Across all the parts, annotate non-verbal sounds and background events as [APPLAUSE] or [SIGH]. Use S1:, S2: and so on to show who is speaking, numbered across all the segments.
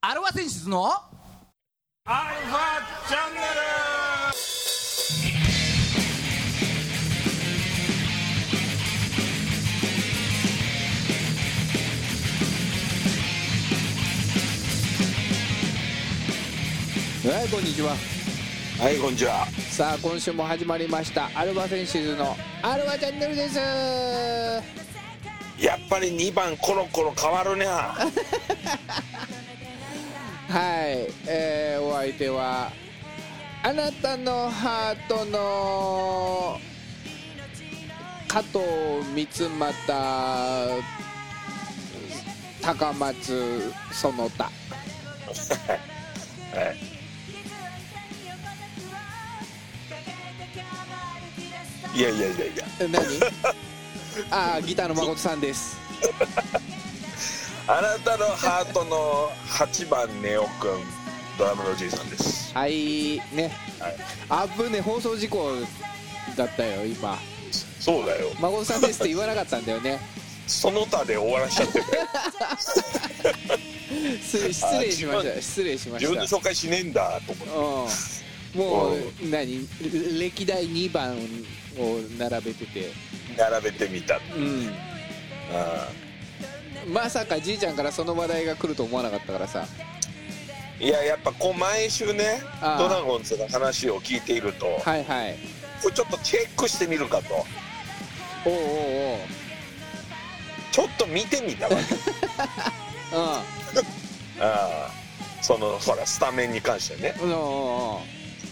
S1: アルファ選出の
S2: アルファチャンネル
S3: はいこんにちは
S2: はいこんにちは
S3: さあ今週も始まりましたアルバセンシズのアルバチャンネルです
S2: やっぱり2番コロコロ変わるね
S3: はい、えーお相手はあなたのハートの加藤三又高松その他
S2: いやいやいやいや
S3: え何あーギターの誠さんです
S2: あなたのハートの8番ネオくんドラムのじいさんです
S3: はいね
S2: はい
S3: あぶね放送事故だったよ今
S2: そうだよ
S3: 孫さんですって言わなかったんだよね
S2: その他で終わらしち
S3: [LAUGHS]
S2: ゃってる
S3: 失礼失礼しました失礼しま
S2: 自分で
S3: し
S2: 紹介しねえんだと思った
S3: うんもう何歴代2番を並べてて
S2: て並べてみた
S3: うん
S2: あ
S3: まさかじいちゃんからその話題が来ると思わなかったからさ
S2: ーいややっぱこう毎週ね
S3: あー
S2: ドラゴンズの話を聞いていると
S3: はいはい
S2: これちょっとチェックしてみるかと
S3: おうおう
S2: ちょっと見てみた
S3: [LAUGHS]
S2: わけ
S3: おう
S2: ああそのほらスタメンに関してね
S3: うんおうおうおう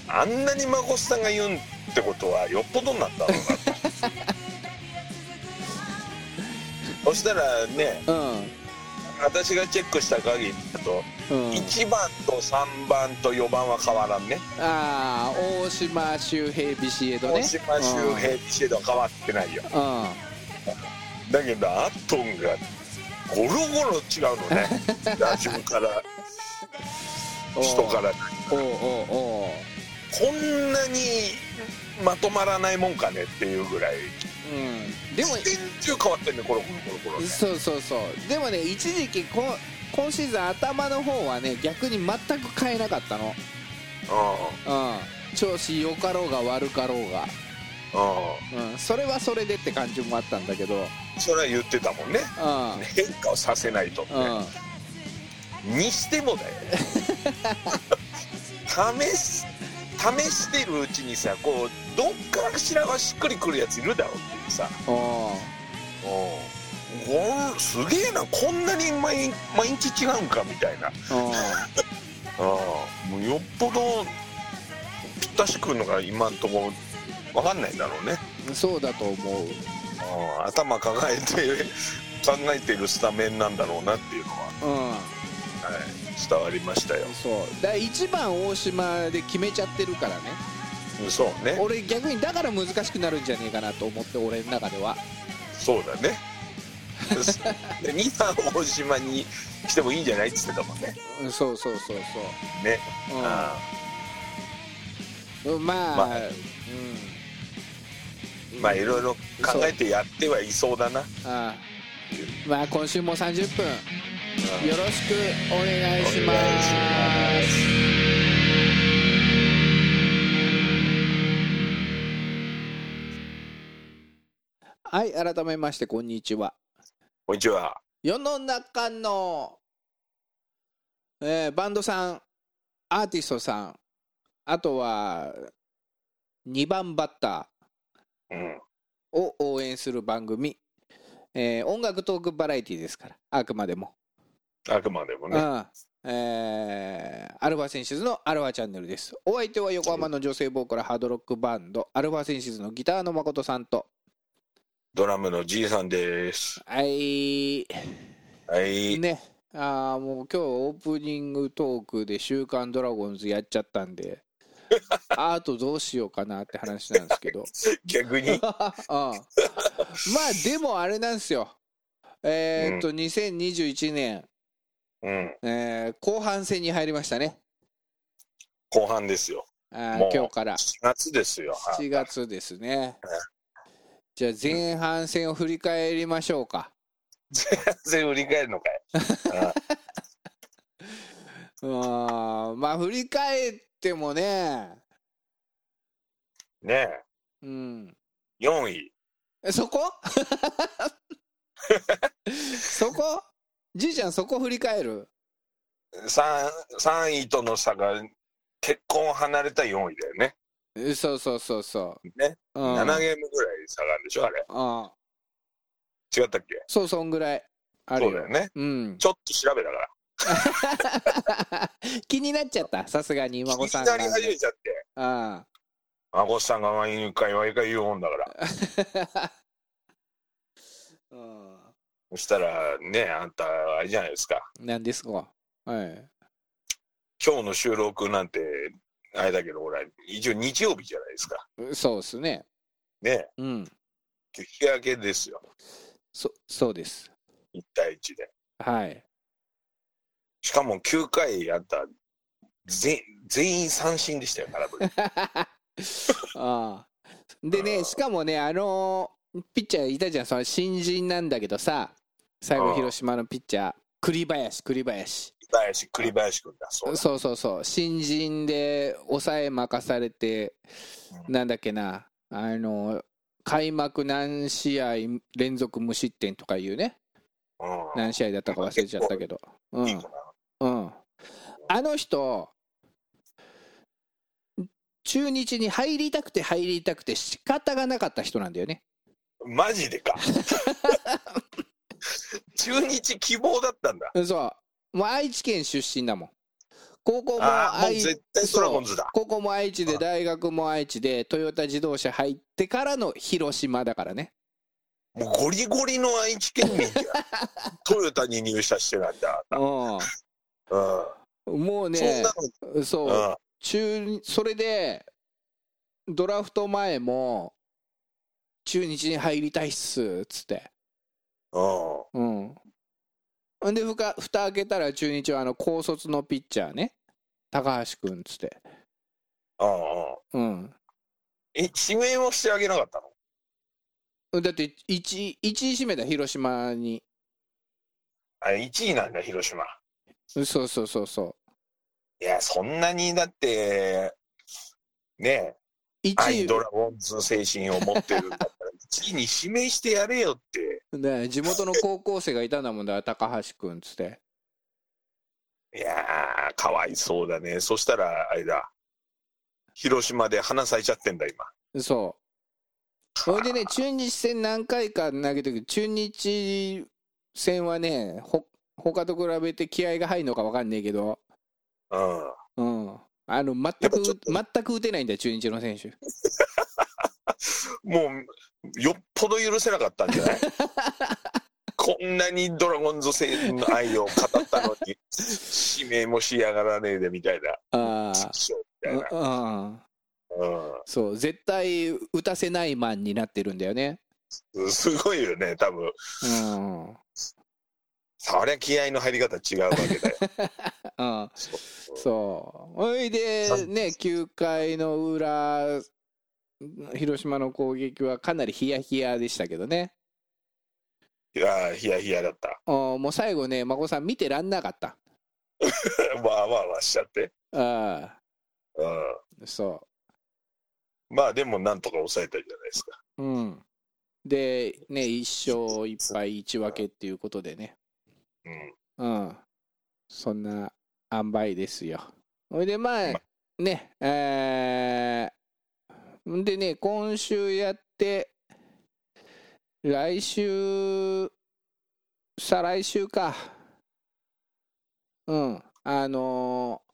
S2: あんなに孫さんが言うんってことはよっぽどになったのかな
S3: [LAUGHS]
S2: そしたらね
S3: う
S2: 私がチェックした限りだと、
S3: んうん
S2: 1番と3番と4番は変わらんね
S3: ああ大島周平ビシエドね
S2: 大島周平ビシエドは変わってないよ
S3: うんうん
S2: だけどアットンがゴロゴロ違うの
S3: [LAUGHS]
S2: ね打順から
S3: おう
S2: 人から
S3: おうおうおう
S2: こんなにまとまらないもんかねっていうぐらい
S3: うんでも
S2: 一中変わってんねコロコロコロコロ
S3: そうそうそうでもね一時期こ今シーズン頭の方はね逆に全く変えなかったのうん調子良かろうが悪かろうが、
S2: うん
S3: うん、それはそれでって感じもあったんだけど
S2: うんそれは言ってた [LAUGHS] もんね
S3: うん
S2: 変化をさせないとって、
S3: うん
S2: にしてもだよ試す試してるうちにさこうどっからしらがしっくりくるやついるだろうっていうさ
S3: おー
S2: おすげえなこんなに毎毎日違うんかみたいな
S3: おー
S2: うんもうよっぽどぴったしくるのが今んとこ分かんないんだろうね
S3: そうだと思う
S2: うん頭抱えて考えてるスタメンなんだろうなっていうの
S3: う
S2: は、はい、伝わりましたよ
S3: んそうだから1番大島で決めちゃってるからね
S2: そうね
S3: 俺逆にだから難しくなるんじゃねえかなと思って俺の中では
S2: そうだね2番大島に来てもいいんじゃないっつってたもんね
S3: うんそうそうそう
S2: ね、
S3: そう、うん、
S2: あ
S3: まあ、
S2: まあ
S3: う
S2: ー
S3: ん、
S2: まあいろいろ考えてやってはいそうだな
S3: ああまあ今週も30分
S2: うん
S3: よろしくお願いし
S2: お
S3: ま
S2: 願いし
S3: すはい改めましてこんにちは
S2: こんにちは
S3: 世の中の、えーバンドさんアーティストさんあとは2番バッター
S2: うん
S3: を応援する番組、えー音楽トークバラエティですからあくまでも、
S2: あくまでも
S3: う
S2: ね
S3: んえーアルファセンシズのアルファチャンネルですお相手は横浜の女性ボーカルハードロックバンドアルファセンシズのギターの誠さんと
S2: ドラムのじいさんです
S3: はい
S2: はい、
S3: ねあーもう今日オープニングトークで「週刊ドラゴンズ」やっちゃったんであとどうしようかなって話なんですけど
S2: 逆に
S3: うんまあでもあれなんですよえーっと、2021年、
S2: うん
S3: えー後半戦に入りましたね
S2: 後半ですよ
S3: あー
S2: もう
S3: 今日から
S2: 4月ですよはい
S3: 7月ですね
S2: うん
S3: じゃあ前半戦を振り返りましょうか
S2: 全然振り返るのかいあ
S3: うんまあ振り返ってもね、
S2: ね
S3: うん、
S2: え4位
S3: えそこ [LAUGHS] そこじいちゃんそこ振り返る
S2: 3, 3位との差が結婚を離れた4位だよね
S3: えそうそうそうそう。
S2: ね、
S3: うん、
S2: 7ゲームぐらい差があるでしょあれ
S3: うん
S2: 違ったっけ
S3: そう、そんぐらいある
S2: そ
S3: よ。
S2: うだよね
S3: うん、 [LAUGHS]
S2: ちょっと調べたから
S3: 気になっちゃった、さすがに今子
S2: いき
S3: さん
S2: なり始めちゃって
S3: あ
S2: 孫さんが毎回毎回言うもんだから
S3: あうん [LAUGHS]
S2: そしたらねあんたあれじゃないですか
S3: なんですか。はい。
S2: 今日の収録なんてあれだけどほら一応日曜日じゃないですか
S3: そうですね。
S2: ねえ
S3: うん。
S2: 引き分けですよ
S3: そ、そうです。
S2: 1対1で
S3: はい。
S2: しかも9回あんた全全員三振でしたよ空振り [LAUGHS]
S3: ああ。で
S2: う
S3: ね、
S2: ん
S3: しかもね、あのピッチャーいたじゃん、その新人なんだけどさ、最
S2: う
S3: 後、
S2: ん
S3: 広島のピッチャー、栗林、栗林。
S2: 栗林栗林君だそうだ
S3: そうそうそう、新人で抑え任されて、
S2: う
S3: なんだっけな、あの、開幕何試合連続無失点とかいうね、
S2: うん
S3: 何試合だったか忘れちゃったけど。う
S2: いい
S3: ん
S2: 子。な
S3: うん。あの人、中日に入りたくて入りたくて仕方がなかった人なんだよね。
S2: マジで [LAUGHS] か中日希望だったんだ
S3: そう。もう愛知県出身だもん。高校も
S2: ああもう
S3: 愛
S2: 絶対ドラゴンズだ
S3: 高校も愛知で、大学も愛知で、トヨタ自動車入ってからの広島だからね。
S2: もうゴリゴリの愛知県民じゃんトヨタに入社してなんだ、
S3: うん。
S2: うん
S3: もう
S2: そん
S3: ね
S2: な、
S3: そう。
S2: の、
S3: 中日それでドラフト前も中日に入りたいっすっつって
S2: うんうん
S3: うんんでふか蓋開けたら中日はあの高卒のピッチャーね高橋君っつって
S2: うんうん
S3: うん
S2: え指名をしてあげなかったの
S3: だって1位指名だ広島に
S2: あ1位なんだ広島
S3: そうそうそうそう
S2: いやそんなにだってねえ
S3: 1
S2: 愛
S3: 位
S2: ドラゴンズ精神を持ってるんだったら1位に指名してやれよって
S3: ね地元の高校生がいたんだもんだ高橋君っつって
S2: いやーかわいそうだねそしたらあれだ広島で花咲いちゃってんだ今
S3: そうそれでね、中日戦何回か投げてるけど、中日戦はね、ほ他と比べて気合が入るのか分かんねえけど、
S2: うん
S3: うん、あの
S2: や
S3: 全
S2: っぱ
S3: く
S2: ちょっと
S3: 全く打てないんだよ、中日の選手。
S2: もうよっぽど許せなかったんじゃないこんなにドラゴンズ戦の愛を語ったのに指名もしやがらねえでみたいな
S3: あ
S2: 畜
S3: ー
S2: 生みたいな、
S3: うん、
S2: うん
S3: そう、絶対打たせないマンになってるんだよね。
S2: すごいよね、多分
S3: うんうん、
S2: そりゃ気合の入り方違うわけだよ。
S3: そう。おいで
S2: そう、
S3: ね、9回の裏、広島の攻撃はかなりヒヤヒヤでしたけどね。
S2: いやー、ヒヤヒヤだった。
S3: あーもう最後ね、孫さん見てらんなかった。
S2: わあわあわあしちゃって。
S3: あ
S2: う
S3: あ、そ
S2: ん、まあでも、なんとか抑えたじゃないですか。
S3: う。うん。で、ね、1勝1敗1分けっていうことでね。
S2: うん、
S3: うん。そんな塩梅ですよ。ほいで、まあ、ね、えー、んでね、今週やって、来週、再来週か。うん。あのー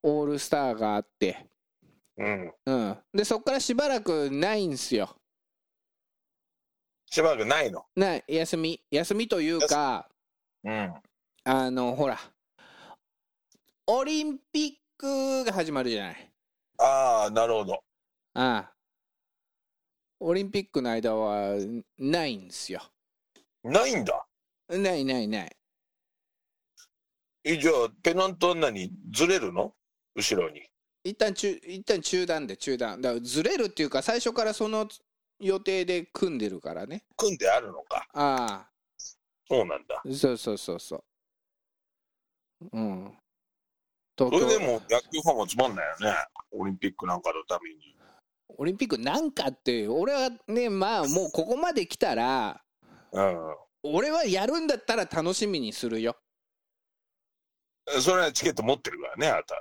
S3: オールスターがあって、
S2: うん。
S3: うん、でそこからしばらくないんすよ
S2: しばらくないの。
S3: ない休み休みというか
S2: うん。
S3: あのほらオリンピックが始まるじゃない
S2: ああ、なるほど。
S3: ああオリンピックの間はんないんすよ
S2: ないんだ。
S3: ないないない
S2: え、じゃあ、ペナントは何ずれるの後ろに。
S3: 一旦中一旦中断で中断だからずれるっていうか最初からその予定で組んでるからね
S2: 組んであるのか。
S3: ああ
S2: そうなんだ。
S3: そうそうそうそううん
S2: それで
S3: 東京
S2: も野球ファンもつまんないよね。オリンピックなんかのために。
S3: オリンピックなんかっていう俺はねまあもうここまで来たら
S2: う
S3: 俺はやるんだったら楽しみにするよ
S2: ん。それはチケット持ってるからね、あなた。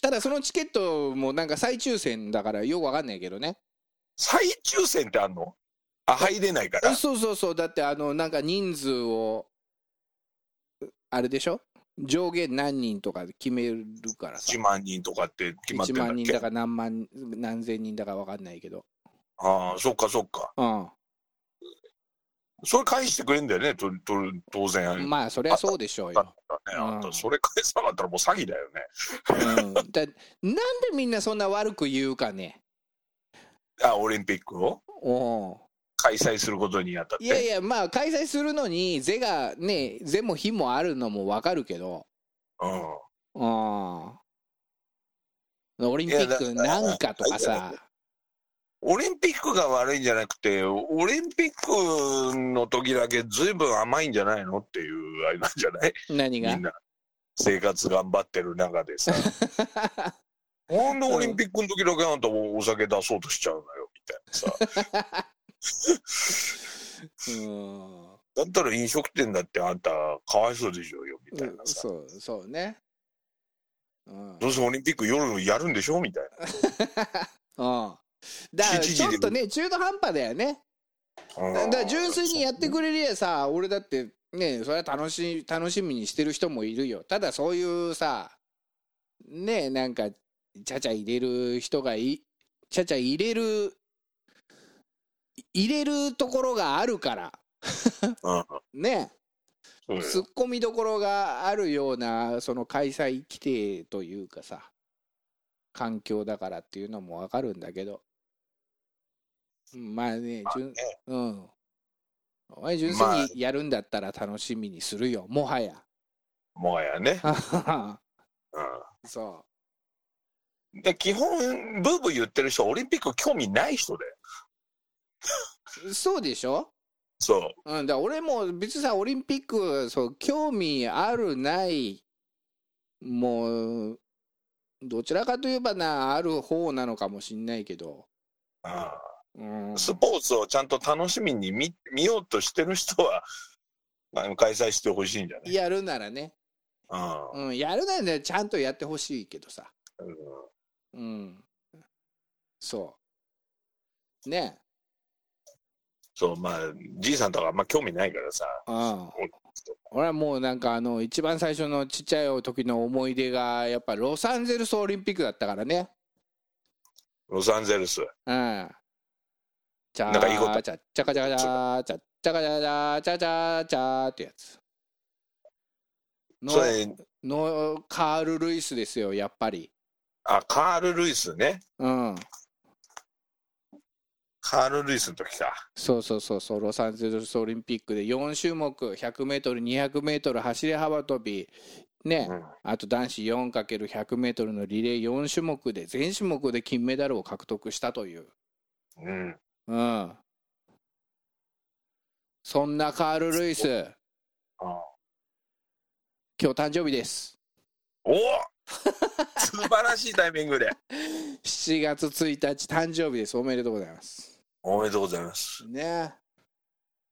S3: ただそのチケットもなんか再抽選だからよくわかんないけどね
S2: 再抽選ってあんのあ、入れないから。
S3: そうそうそうだってあのなんか人数をあれでしょ上限何人とか決めるからさ
S2: 1万人とかって決まって
S3: 1
S2: んだっ
S3: 万人だ
S2: け
S3: か何万何千人だかわかんないけど
S2: ああ、そっかそっか。
S3: うん
S2: それ返してくれんだよね、とと当然。
S3: まあそりゃそうでしょう
S2: だ
S3: よ、
S2: ったらねあん
S3: うん
S2: たそれ返さなかったらもう詐欺だよ
S3: う
S2: ね。
S3: ん、だなんでみんなそんな悪く言うかね
S2: あ、オリンピックを
S3: おう
S2: 開催することにあたって。
S3: いやいやまあ開催するのに是がね是も非もあるのもわかるけど
S2: うん。
S3: うんオリンピックなんかとか
S2: いや
S3: さ
S2: オリンピックが悪いんじゃなくて、オリンピックの時だけずいぶん甘いんじゃないのっていうあれなんじゃない
S3: 何
S2: み
S3: が
S2: んな。生活頑張ってる中
S3: [LAUGHS]
S2: でさ。なんでオリンピックの時だけあんたおお酒出そうとしちゃうのよ、みたいなさ。
S3: うん
S2: だったら飲食店だってあんたかわいそうでしょうよ、みたいなさ。
S3: そうそうねうん、
S2: どうせオリンピック夜やるんでしょみたい
S3: うんだからちょっとね中途半端だよね
S2: な。
S3: だから純粋にやって
S2: れ
S3: くれりゃさ俺だってねそれは楽し楽しみにしてる人もいるよただそういうさねなんかちゃちゃ入れる人がいちゃちゃ入れる入れるところがあるから
S2: うん
S3: ね
S2: そうよ
S3: ツッコミどころがあるようなその開催規定というかさ環境だからっていうのもわかるんだけどうんまあね
S2: まあ
S3: 純
S2: ね
S3: うんお前純
S2: まあ
S3: 粋にやるんだったら楽しみにするよもはや
S2: もはやね。う
S3: [LAUGHS] そ
S2: ん、で基本、ブーブー言ってる人はオリンピック興味ない人で。
S3: うそうでしょ
S2: そ
S3: うん、だから俺も別にさオリンピックそう興味あるないもうどちらかといえばなある方なのかもしんないけど、
S2: う。うん
S3: うん、
S2: スポーツをちゃんと楽しみに見見ようとしてる人は、 [LAUGHS] まあ、開催してほしいんじゃない
S3: やるならね、
S2: あ
S3: うん、やるならねちゃんとやってほしいけどさ、
S2: あうん
S3: うん、そうね
S2: そう、まあ、じいさんとかあんま興味ないからさ。
S3: うん俺はもうなんかあの一番最初のちっちゃい時の思い出がやっぱロサンゼルスオリンピックだったからね
S2: ロサンゼルス。
S3: うん。ちゃ
S2: なんかいいこと
S3: ーちゃっちゃかちゃかちゃーちゃっちゃかちゃかちゃーちゃちゃーちゃーってやつ。の
S2: それ、
S3: のカール・ルイスですよ、やっぱり。
S2: あ、カール・ルイスね。
S3: うん。
S2: カール・ルイスの時か。
S3: そうそうそうそう、ロサンゼルスオリンピックで4種目、100メートル、200メートル、走り幅跳び、ね、
S2: うん
S3: あと男子 4×100 メートルのリレー4種目で、全種目で金メダルを獲得したという。
S2: うん。
S3: うん。そんなカール・ルイス。
S2: ああ
S3: 今日誕生日です [LAUGHS]
S2: おお素晴らしいタイミングで。
S3: 7月1日誕生日ですおめでとうございます
S2: おめでとうございます。
S3: ね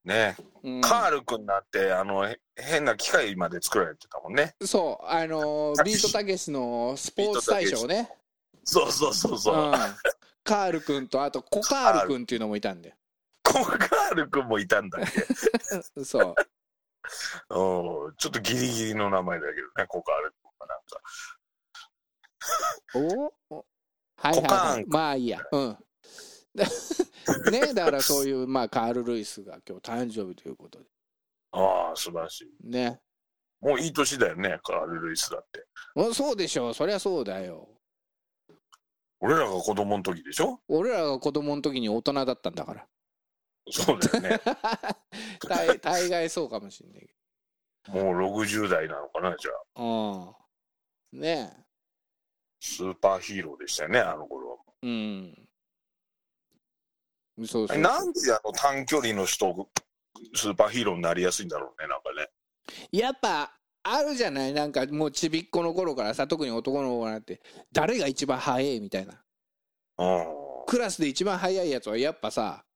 S2: ね、
S3: うん
S2: カール君なんて、あの、へ変な機械まで作られてたもんね。
S3: そうあのービートたけしのスポーツ大賞ね
S2: そうそうそうそう。
S3: うん、カールくんとあとコカールくんっていうのもいたんで
S2: コカール君もいたんだっけ
S3: そう
S2: うんちょっとギリギリの名前だけどね、コカール君はなんか。
S3: おおはいはい、
S2: コカ
S3: は
S2: ー
S3: い
S2: ン、
S3: まあいいやうん [LAUGHS] ねだからそういう、まあ、カール・ルイスが今日誕生日ということで
S2: ああ、素晴らしい。
S3: ね
S2: もういい年だよね、カール・ルイスだって。
S3: うんそうでしょうそりゃそうだよ
S2: 俺らが子供の時でしょ
S3: 俺らが子供の時に大人だったんだから [LAUGHS]
S2: そうだよね。
S3: 大 [LAUGHS] 大概そうかもしんないけ
S2: もう60代なのかな、じゃあ。
S3: ど。うん。ね
S2: スーパーヒーローでしたよね、あの頃は。
S3: え。うん。そうそうそう
S2: なんであの短距離の人、スーパーヒーローになりやすいんだろうね、なんかね。
S3: やっぱ、あるじゃないなんかもうちびっこの頃からさ特に男の子なんて誰が一番速いみたいな
S2: うん
S3: クラスで一番速いやつはやっぱさ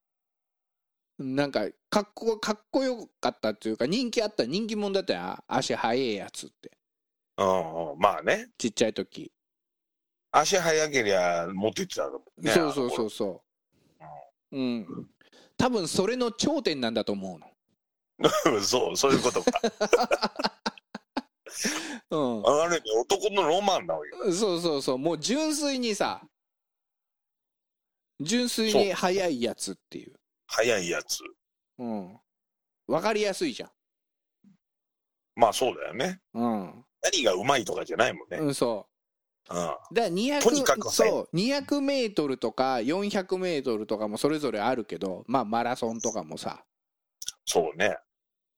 S3: なんかかっこかっこよかったっていうか人気あった人気者だったよ足速いやつって
S2: うん、まあね
S3: ちっちゃい時、
S2: 足早けりゃ持ってってたの、ね、
S3: そうそうそううそううん多分それの頂点なんだと思
S2: そう [LAUGHS] そうそういうことか
S3: うのうん
S2: ある意味男のロマンなわけよ
S3: そうそうそうもう純粋にさ純粋に速いやつっていう
S2: 早いやつ
S3: うんわかりやすいじゃん
S2: まあそうだよね
S3: うん、
S2: 何がうまいとかじゃないもんね、うん
S3: うん、そうだから200
S2: とにかく速い
S3: そう200メートルとか400メートルとかもそれぞれあるけどまあマラソンとかもさ
S2: そうね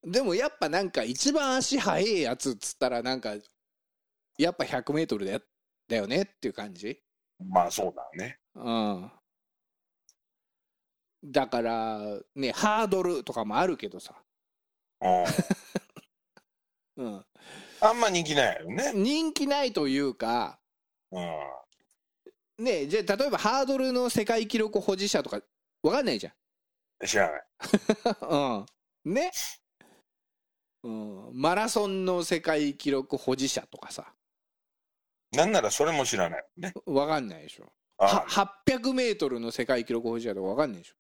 S3: でもやっぱなんか一番足速いやつっつったらなんかやっぱ100メートルだよだよねっていう感じ
S2: まあそうだね
S3: うんだからねハードルとかもあるけどさ、
S2: うん
S3: うん、
S2: あんま人気ないよね
S3: 人気ないというか
S2: うん
S3: ねじゃあ例えばハードルの世界記録保持者とかわかんないじゃん
S2: 知らない
S3: うん、ね、うん、マラソンの世界記録保持者とかさ
S2: なんならそれも知らないもんね
S3: わかんないでしょは
S2: あ
S3: 800メートルの世界記録保持者とかわかんないでしょ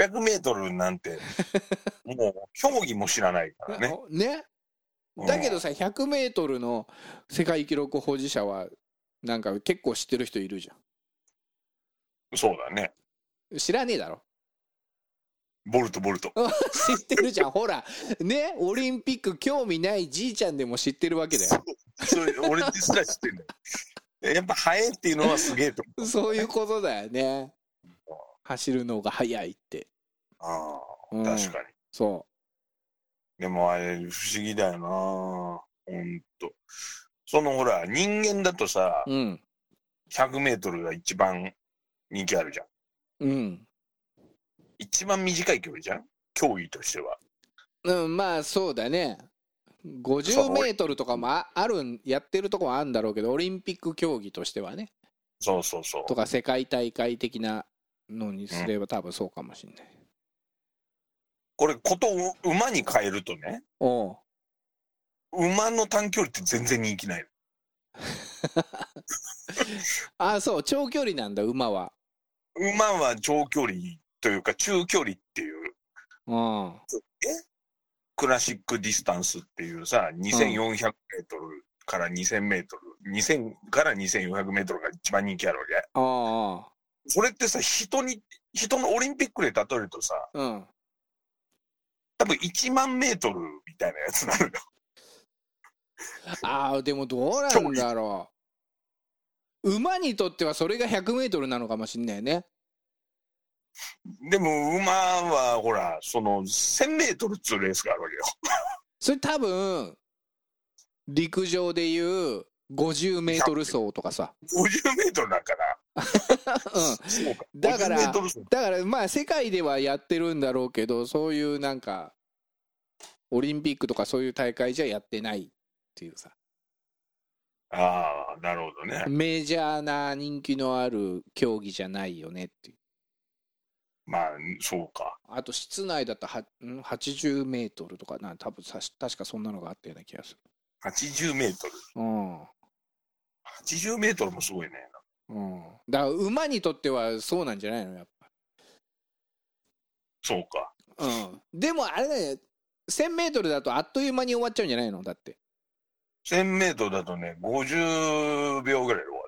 S2: 800メートルなんてもう競技も知らないから
S3: [LAUGHS]
S2: ね、
S3: ね
S2: うん
S3: だけどさ100メートルの世界記録保持者はなんか結構知ってる人いるじゃ
S2: そうだね
S3: ん知らねえだろ [LAUGHS]
S2: ボルトボルト
S3: 知ってるじゃんほらねオリンピック興味ないじいちゃんでも知ってるわけだよ [LAUGHS]
S2: それ俺ですら知ってんだよやっぱ速いっていうのはすげえと思う
S3: そういうことだよね走るのが速いって、
S2: あ
S3: うん、
S2: あ確かに
S3: そう
S2: でもあれ不思議だよなほんとそのほら人間だとさ
S3: うん。
S2: 100メートルが一番人気あるじゃん
S3: うん。
S2: 一番短い距離じゃん競技としては
S3: うん、まあそうだね。50メートルとかもああるん、やってるとこはあるんだろうけど、オリンピック競技としてはね、
S2: そうそうそう
S3: とか世界大会的なのにすれば多分そうかもしんない。
S2: これことを馬に変えるとね
S3: おう
S2: 馬の短距離って全然人気ない
S3: あ、そう、長距離なんだ、馬は。
S2: の馬は長距離というか中距離っていう
S3: うん。
S2: クラシックディスタンスっていうさ2400メートルから2000メートル2000から2400メートルが一番人気あるわけ
S3: ああ。
S2: それってさ人に人のオリンピックで例えるとさ
S3: うん。
S2: 多分1万メートルみたいなやつなのよ
S3: ああ、でもどうなんだろう。馬にとってはそれが100メートルなのかもしんないね。
S2: でも馬はほらその1000メートルっつうレースがあるわけよ
S3: それ多分、陸上でいう50メートル走とか [LAUGHS] さ。
S2: 50メートルだから
S3: うん。
S2: そうか
S3: だから
S2: 50メートル走
S3: だからまあ世界ではやってるんだろうけどそういうなんかオリンピックとかそういう大会じゃやってないっていうさ
S2: ああなるほどね
S3: メジャーな人気のある競技じゃないよねっていう
S2: まあそうか
S3: あと室内だとはん80メートルとかな多分さし確かそんなのがあったような気がす
S2: 80メートル
S3: るうん
S2: 80メートルもすごいね
S3: うんだから馬にとってはそうなんじゃないのやっ
S2: そうか
S3: ぱうんでもあれだよ1000メートルだとあっという間に終わっちゃうんじゃないのだって
S2: 1000メートルだとね50秒ぐらいで終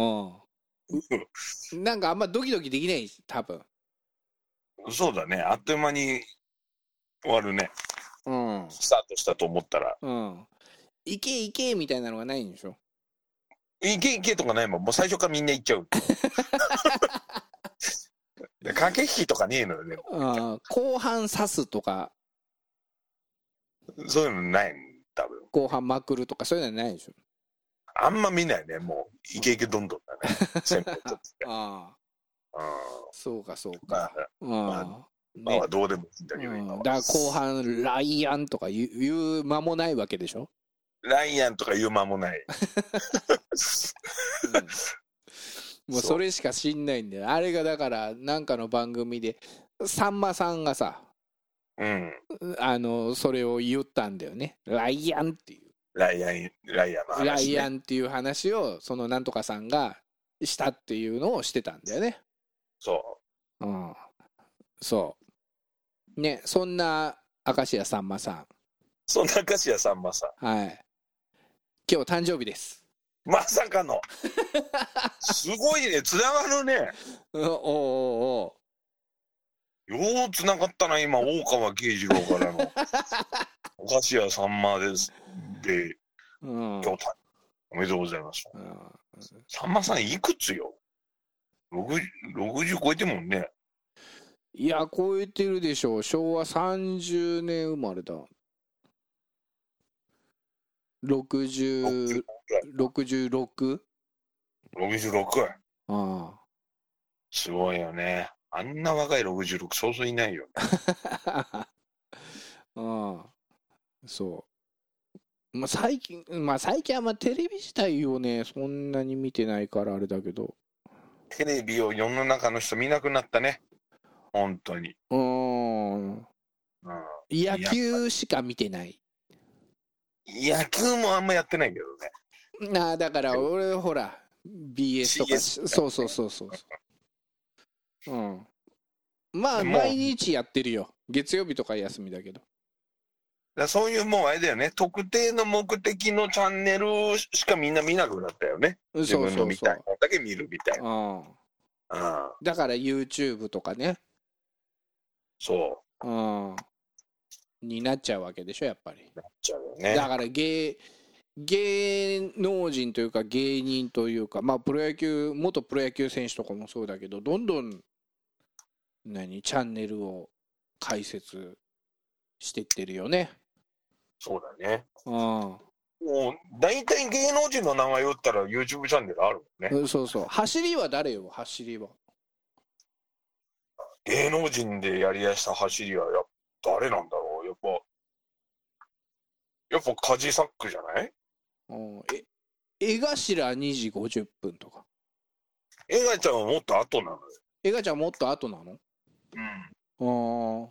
S2: わ
S3: う
S2: る
S3: んなんかあんまドキドキできないし多分
S2: うんそうだねあっという間に終わるね
S3: うん
S2: スタートしたと思ったら
S3: うん。行け行けみたいなのがないんでしょ
S2: いけいけとかないもん。もう最初からみんな行
S3: [LAUGHS]
S2: っちゃう。で駆け引きとかねえのよね。
S3: うん。後半刺すとか、
S2: そういうのない多分。
S3: 後半まくるとか、そういうのはないでしょ
S2: あんま見ないね。もう、イケイケどんどんだね。先輩とって。
S3: ああ、
S2: うん
S3: そうかそう
S2: まあ
S3: か。、うん。
S2: まま
S3: ね
S2: あどうでもいいんだけ
S3: う
S2: ど、
S3: ん
S2: 今は
S3: だから後半、ライアンとか言う言う間もないわけでしょ
S2: ライアンとか言う間もない。
S3: [LAUGHS] もうそれしか知んないんだよあれがだからなんかの番組でさんまさんがさ
S2: うん。
S3: あのそれを言ったんだよねライアンっていう
S2: ライアン、ライアンの話、ね。
S3: ライアンっていう話をそのなんとかさんがしたっていうのをしてたんだよね
S2: そ
S3: うんそうねそんな明石家さんまさ
S2: う。そんな明石家さんまさ
S3: んはい今日誕生日です
S2: ん。まさかの。すごいね、つながるね。
S3: [LAUGHS] うんおうおうおう
S2: ようつながったな、今、大川慶次郎からの。お菓子屋さんまです。で、
S3: うん
S2: 今日た、おめでとうございます。
S3: うん
S2: さんまさん、いくつよ ?60、60超えてんもんね。
S3: いや超えてるでしょう昭和30年生まれだ
S2: 60
S3: 6066
S2: 66。
S3: あ
S2: すごいよね。あんな若い66、そうそういないよね。
S3: あああそうまあ最近まあ最近あんまテレビ自体をねそんなに見てないからあれだけど
S2: テレビを世の中の人見なくなったね。本当に。
S3: うーん
S2: うん
S3: 野球しか見てない
S2: 野球もあんまやってないけどね。
S3: なあだから俺ほら BS とか
S2: CS
S3: そうそうそうそうそううんまあ
S2: でも
S3: 毎日やってるよ月曜日とか休みだけど
S2: だからそういうもうあれだよね。特定の目的のチャンネルしかみんな見なくなったよね。
S3: うん
S2: 自
S3: そう
S2: 分
S3: そ
S2: の
S3: う
S2: 見
S3: そ、
S2: たいうのだけ見るみたいな。
S3: うん、
S2: うん、
S3: だから YouTube とかね、
S2: そ
S3: うん、になっちゃうわけでしょやっぱり
S2: うなっちゃうよ
S3: だ
S2: ね。
S3: から芸芸能人というか芸人というかまあプロ野球元プロ野球選手とかもそうだけどどんどん何チャンネルを解説してってるよね
S2: そうだね。
S3: うん
S2: もう大体芸能人の名前打ったら YouTube チャンネルあるもんね。
S3: うんそうそう走りは誰よ走りは
S2: 芸能人でやりやした走りはやっぱ誰なんだろうやっぱ、やっぱカジサックじゃない
S3: うんえ江頭2時50分とか
S2: 映画ちゃんはもっと後なのよ。
S3: 江頭もっと後なのああ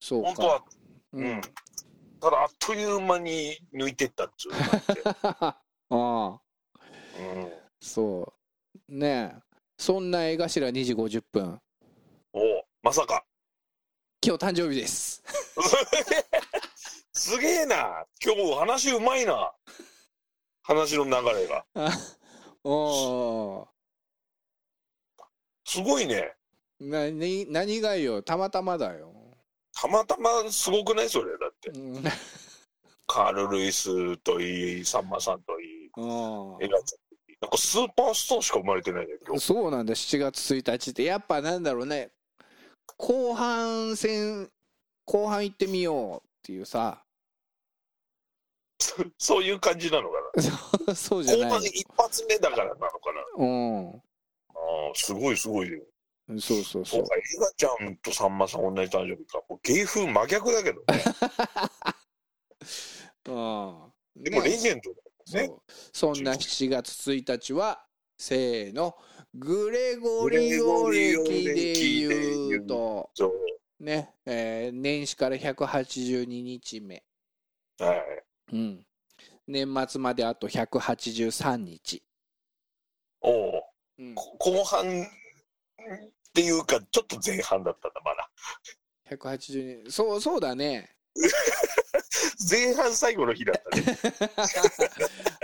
S3: そう
S2: うん。
S3: か
S2: 本当は、
S3: う
S2: うん
S3: ん、
S2: ただあっという間に抜いてったっつう感じで。
S3: ああ
S2: [LAUGHS] うん
S3: そうねえそんな江頭2時50分
S2: おうまさか。 [LAUGHS]
S3: 今日誕生日です
S2: すげえな。今日話うまいな。話の流れが。
S3: お
S2: すごいね。
S3: なに何がよたまたまだよ、
S2: たまたますごくないそれ。だって。
S3: うん、
S2: カール・ルイスといい、さんまさんといい、
S3: あ
S2: エラちゃんといい。なんかスーパースターしか生まれてないんだけど
S3: あ。そうなんだ7月1日ってやっぱなんだろうね後半戦後半行ってみようっていうさ [LAUGHS]
S2: そういう感じなのか
S3: そうじ
S2: な。
S3: ゃ
S2: 後
S3: な
S2: 半
S3: い
S2: 一発目だからなのかな。
S3: うん
S2: ああ、すごいすごいよ。
S3: そうそう
S2: そ
S3: そう
S2: うか、エガちゃんとさんまさん同じ誕生日か。もう芸風真逆だけど。
S3: うん
S2: でも
S3: ね
S2: レジェンドだよね。
S3: そうそんな7月1日はせーのグレゴリオ歴で言うと
S2: そう。
S3: ね、えー年始から182日目、
S2: はい。
S3: うん、年末まであと183日、
S2: おう
S3: うん、
S2: こ後半っていうか、ちょっと前半だったんだ、まだ。 [LAUGHS]
S3: 182そうそうだね [LAUGHS]
S2: 前半最後の日だったね。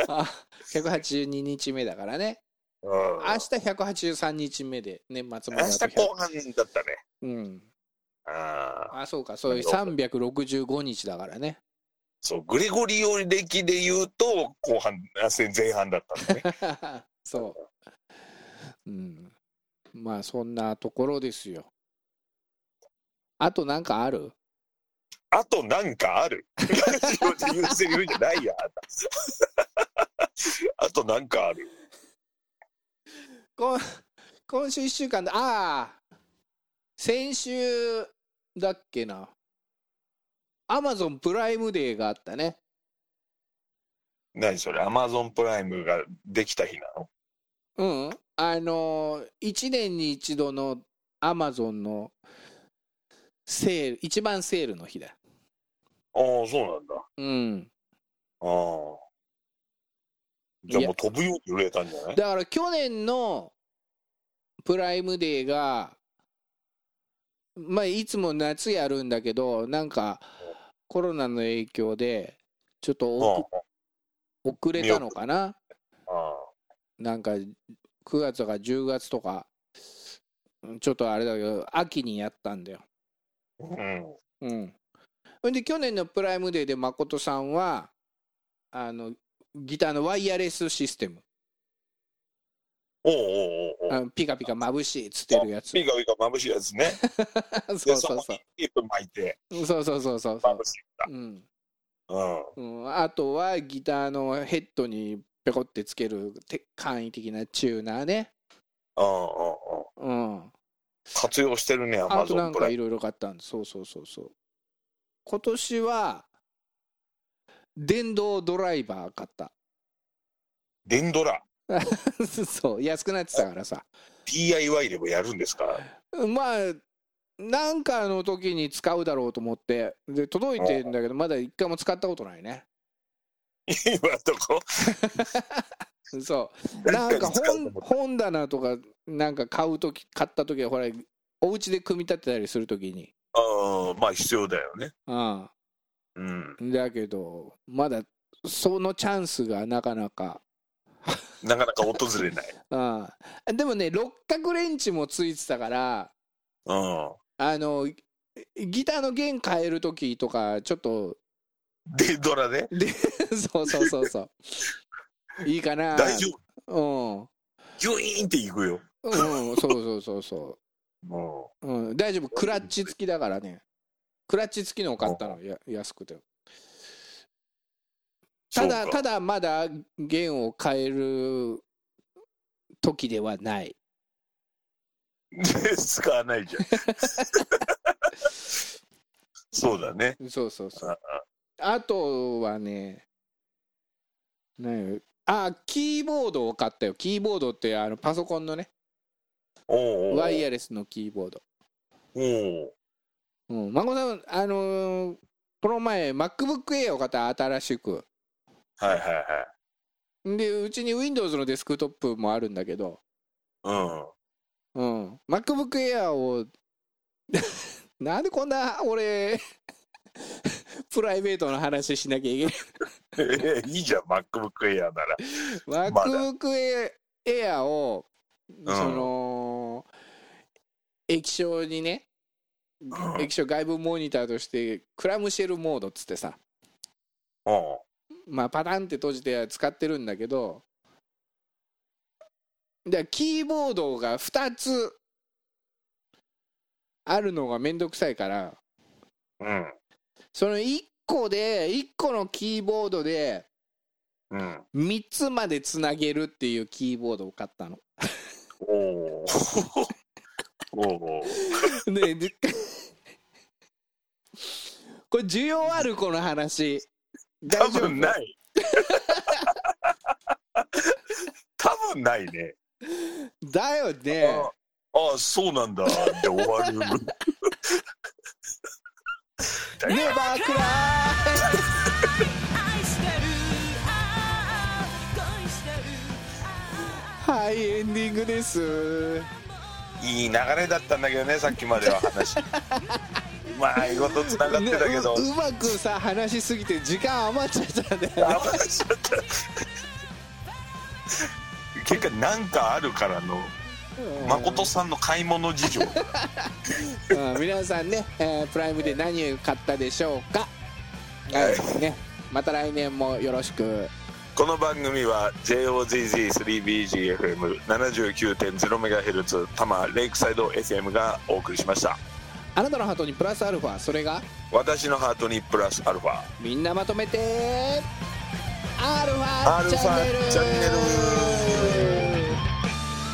S3: あ182日目だからね
S2: うん、
S3: 明
S2: 明
S3: 日183日目で年末まであと
S2: 日
S3: 100
S2: 後半だったね。
S3: うん、
S2: ああ。
S3: あそうかそういう365日だから [LAUGHS] ね
S2: そう、グレゴリオ歴で言うと、後半、あせ前半だったんだね。
S3: そう。うん。まあそんなところですよ。あとなんかある
S2: あとなんか
S3: [LAUGHS]
S2: ある。ラジオで言うセリフじゃないや。あんた [LAUGHS] あとなんかある。
S3: こん今週1週間で、ああ先週だっけな。アマゾンプライムデーがあったね。
S2: 何それアマゾンプライムができた日なの
S3: うんあの1年に一度のアマゾンのセール一番セールの日だ
S2: ああそうなんだあ
S3: うん
S2: あじゃあもう飛ぶように売れたんじゃない
S3: だから去年のプライムデーがまあいつも夏やるんだけどなんかコロナの影響でちょっと
S2: うんうん
S3: 遅遅れたのかななんか9月とか10月とかうんちょっとあれだけど秋にやったんだよ
S2: うん
S3: うんほんで去年のプライムデーで誠さんはあのギターのワイヤレスシステム
S2: おうおうおうおう
S3: あのピカピカ眩しいっつってるやつ
S2: ピカピカ眩しいやつね
S3: そ
S2: で
S3: う [LAUGHS] そ
S2: そうこ
S3: そう
S2: にテープ巻いて
S3: そうそうそうそうそう
S2: 眩しいんだ
S3: うん
S2: うん
S3: うん、あとはギターのヘッドにペコってつけるて簡易的なチューナーね
S2: うんうんうん
S3: うん
S2: 活用してるねア
S3: あ
S2: マ
S3: と
S2: ゾ
S3: な
S2: ン
S3: ん
S2: プ
S3: か
S2: ラ
S3: い
S2: イム
S3: ろいろ買ったんでそうそうそうそう今年は電動ドライバー買った [LAUGHS]
S2: 電ドラ
S3: そう安くなってたからさ
S2: DIY でもやるんです
S3: [LAUGHS]
S2: か
S3: まあなんかの時に使うだろうと思ってで届いてんだけどまだ一回も使ったことないね
S2: 今のとこ
S3: そうな
S2: 何
S3: んか
S2: に使うと
S3: 本
S2: 思っ
S3: 本棚とかなんか買う時買った時はほらお家で組み立てたりする時に
S2: たうんまあ必要だよね
S3: うん
S2: うん
S3: だけどまだそのチャンスがなかなか、
S2: なかなか訪れない
S3: うん、でもね六角レンチもついてたから
S2: うん
S3: あのギターの弦変える時とかちょっと [LAUGHS]
S2: 電ドラね
S3: そうそうそうそういいかな
S2: 大丈夫
S3: 夫
S2: ギュイーンっていくよ
S3: うん、うん、そうそうそうそう
S2: うん
S3: うん、大丈夫クラッチ付きだからねクラッチ付きのを買ったのや安くてただ
S2: そうか
S3: ただまだ弦を変える時ではない
S2: 使わないじ
S3: [LAUGHS]
S2: ゃんそうだね
S3: そうそうそ
S2: あ
S3: うあとはね何よあキーボードを買ったよキーボードってあのパソコンのね
S2: おうおう
S3: ワイヤレスのキーボード
S2: おう
S3: うん孫さんあのーこの前 MacBookAir を買った新しく
S2: はいは
S3: でうちに Windows のデスクトップもあるんだけど
S2: いは
S3: うん、MacBook Air を [LAUGHS] なんでこんな俺 [LAUGHS] プライベートの話しなきゃい
S2: いうん [LAUGHS] いいじゃん MacBook Air なら
S3: けない MacBook Air を、
S2: ん
S3: その液晶にね
S2: うん
S3: 液晶外部モニターとしてクラムシェルモードっつってさ、
S2: おう
S3: まあ、パタンって閉じて使ってるんだけどでキーボードが2つあるのがめんどくさいから
S2: うん
S3: その1個で1個のキーボードで
S2: うん
S3: 3つまでつなげるっていうキーボードを買ったの。
S2: お
S3: [LAUGHS]
S2: うおう
S3: ででこれ需要あるこの話
S2: 多
S3: 大丈夫
S2: 分ない
S3: [LAUGHS]
S2: 多分ないね
S3: だよね
S2: あああそうなんだで終わる
S3: ネバークライ
S1: 愛してるああ恋してるあ
S3: はいエンディングです
S2: いい流れだったんだけどねさっきまでは話うまいことつながってたけど
S3: ねううまくさ話しすぎて時間余っちゃったんだよ
S2: あ話しちゃった結果なんかあるからの誠さんの買い物事 [LAUGHS] 情
S3: うん皆さんね、えープライムで何を買ったでしょうか、はいね、また来年もよろしく
S2: この番組は JOZZ3BGFM79.0MHz 多摩レイクサイド FM がお送りしました
S3: あなたのハートにプラスアルファそれが
S2: 私のハートにプラスアルファ
S3: みんなまとめてアルフ
S2: ア
S3: ァ
S2: ル
S3: チ
S2: フ
S3: ャンネ
S2: ァ
S3: ル
S2: チャンネ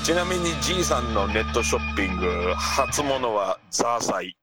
S2: ちなみにじいさんのネットショッピング初物はザーサイ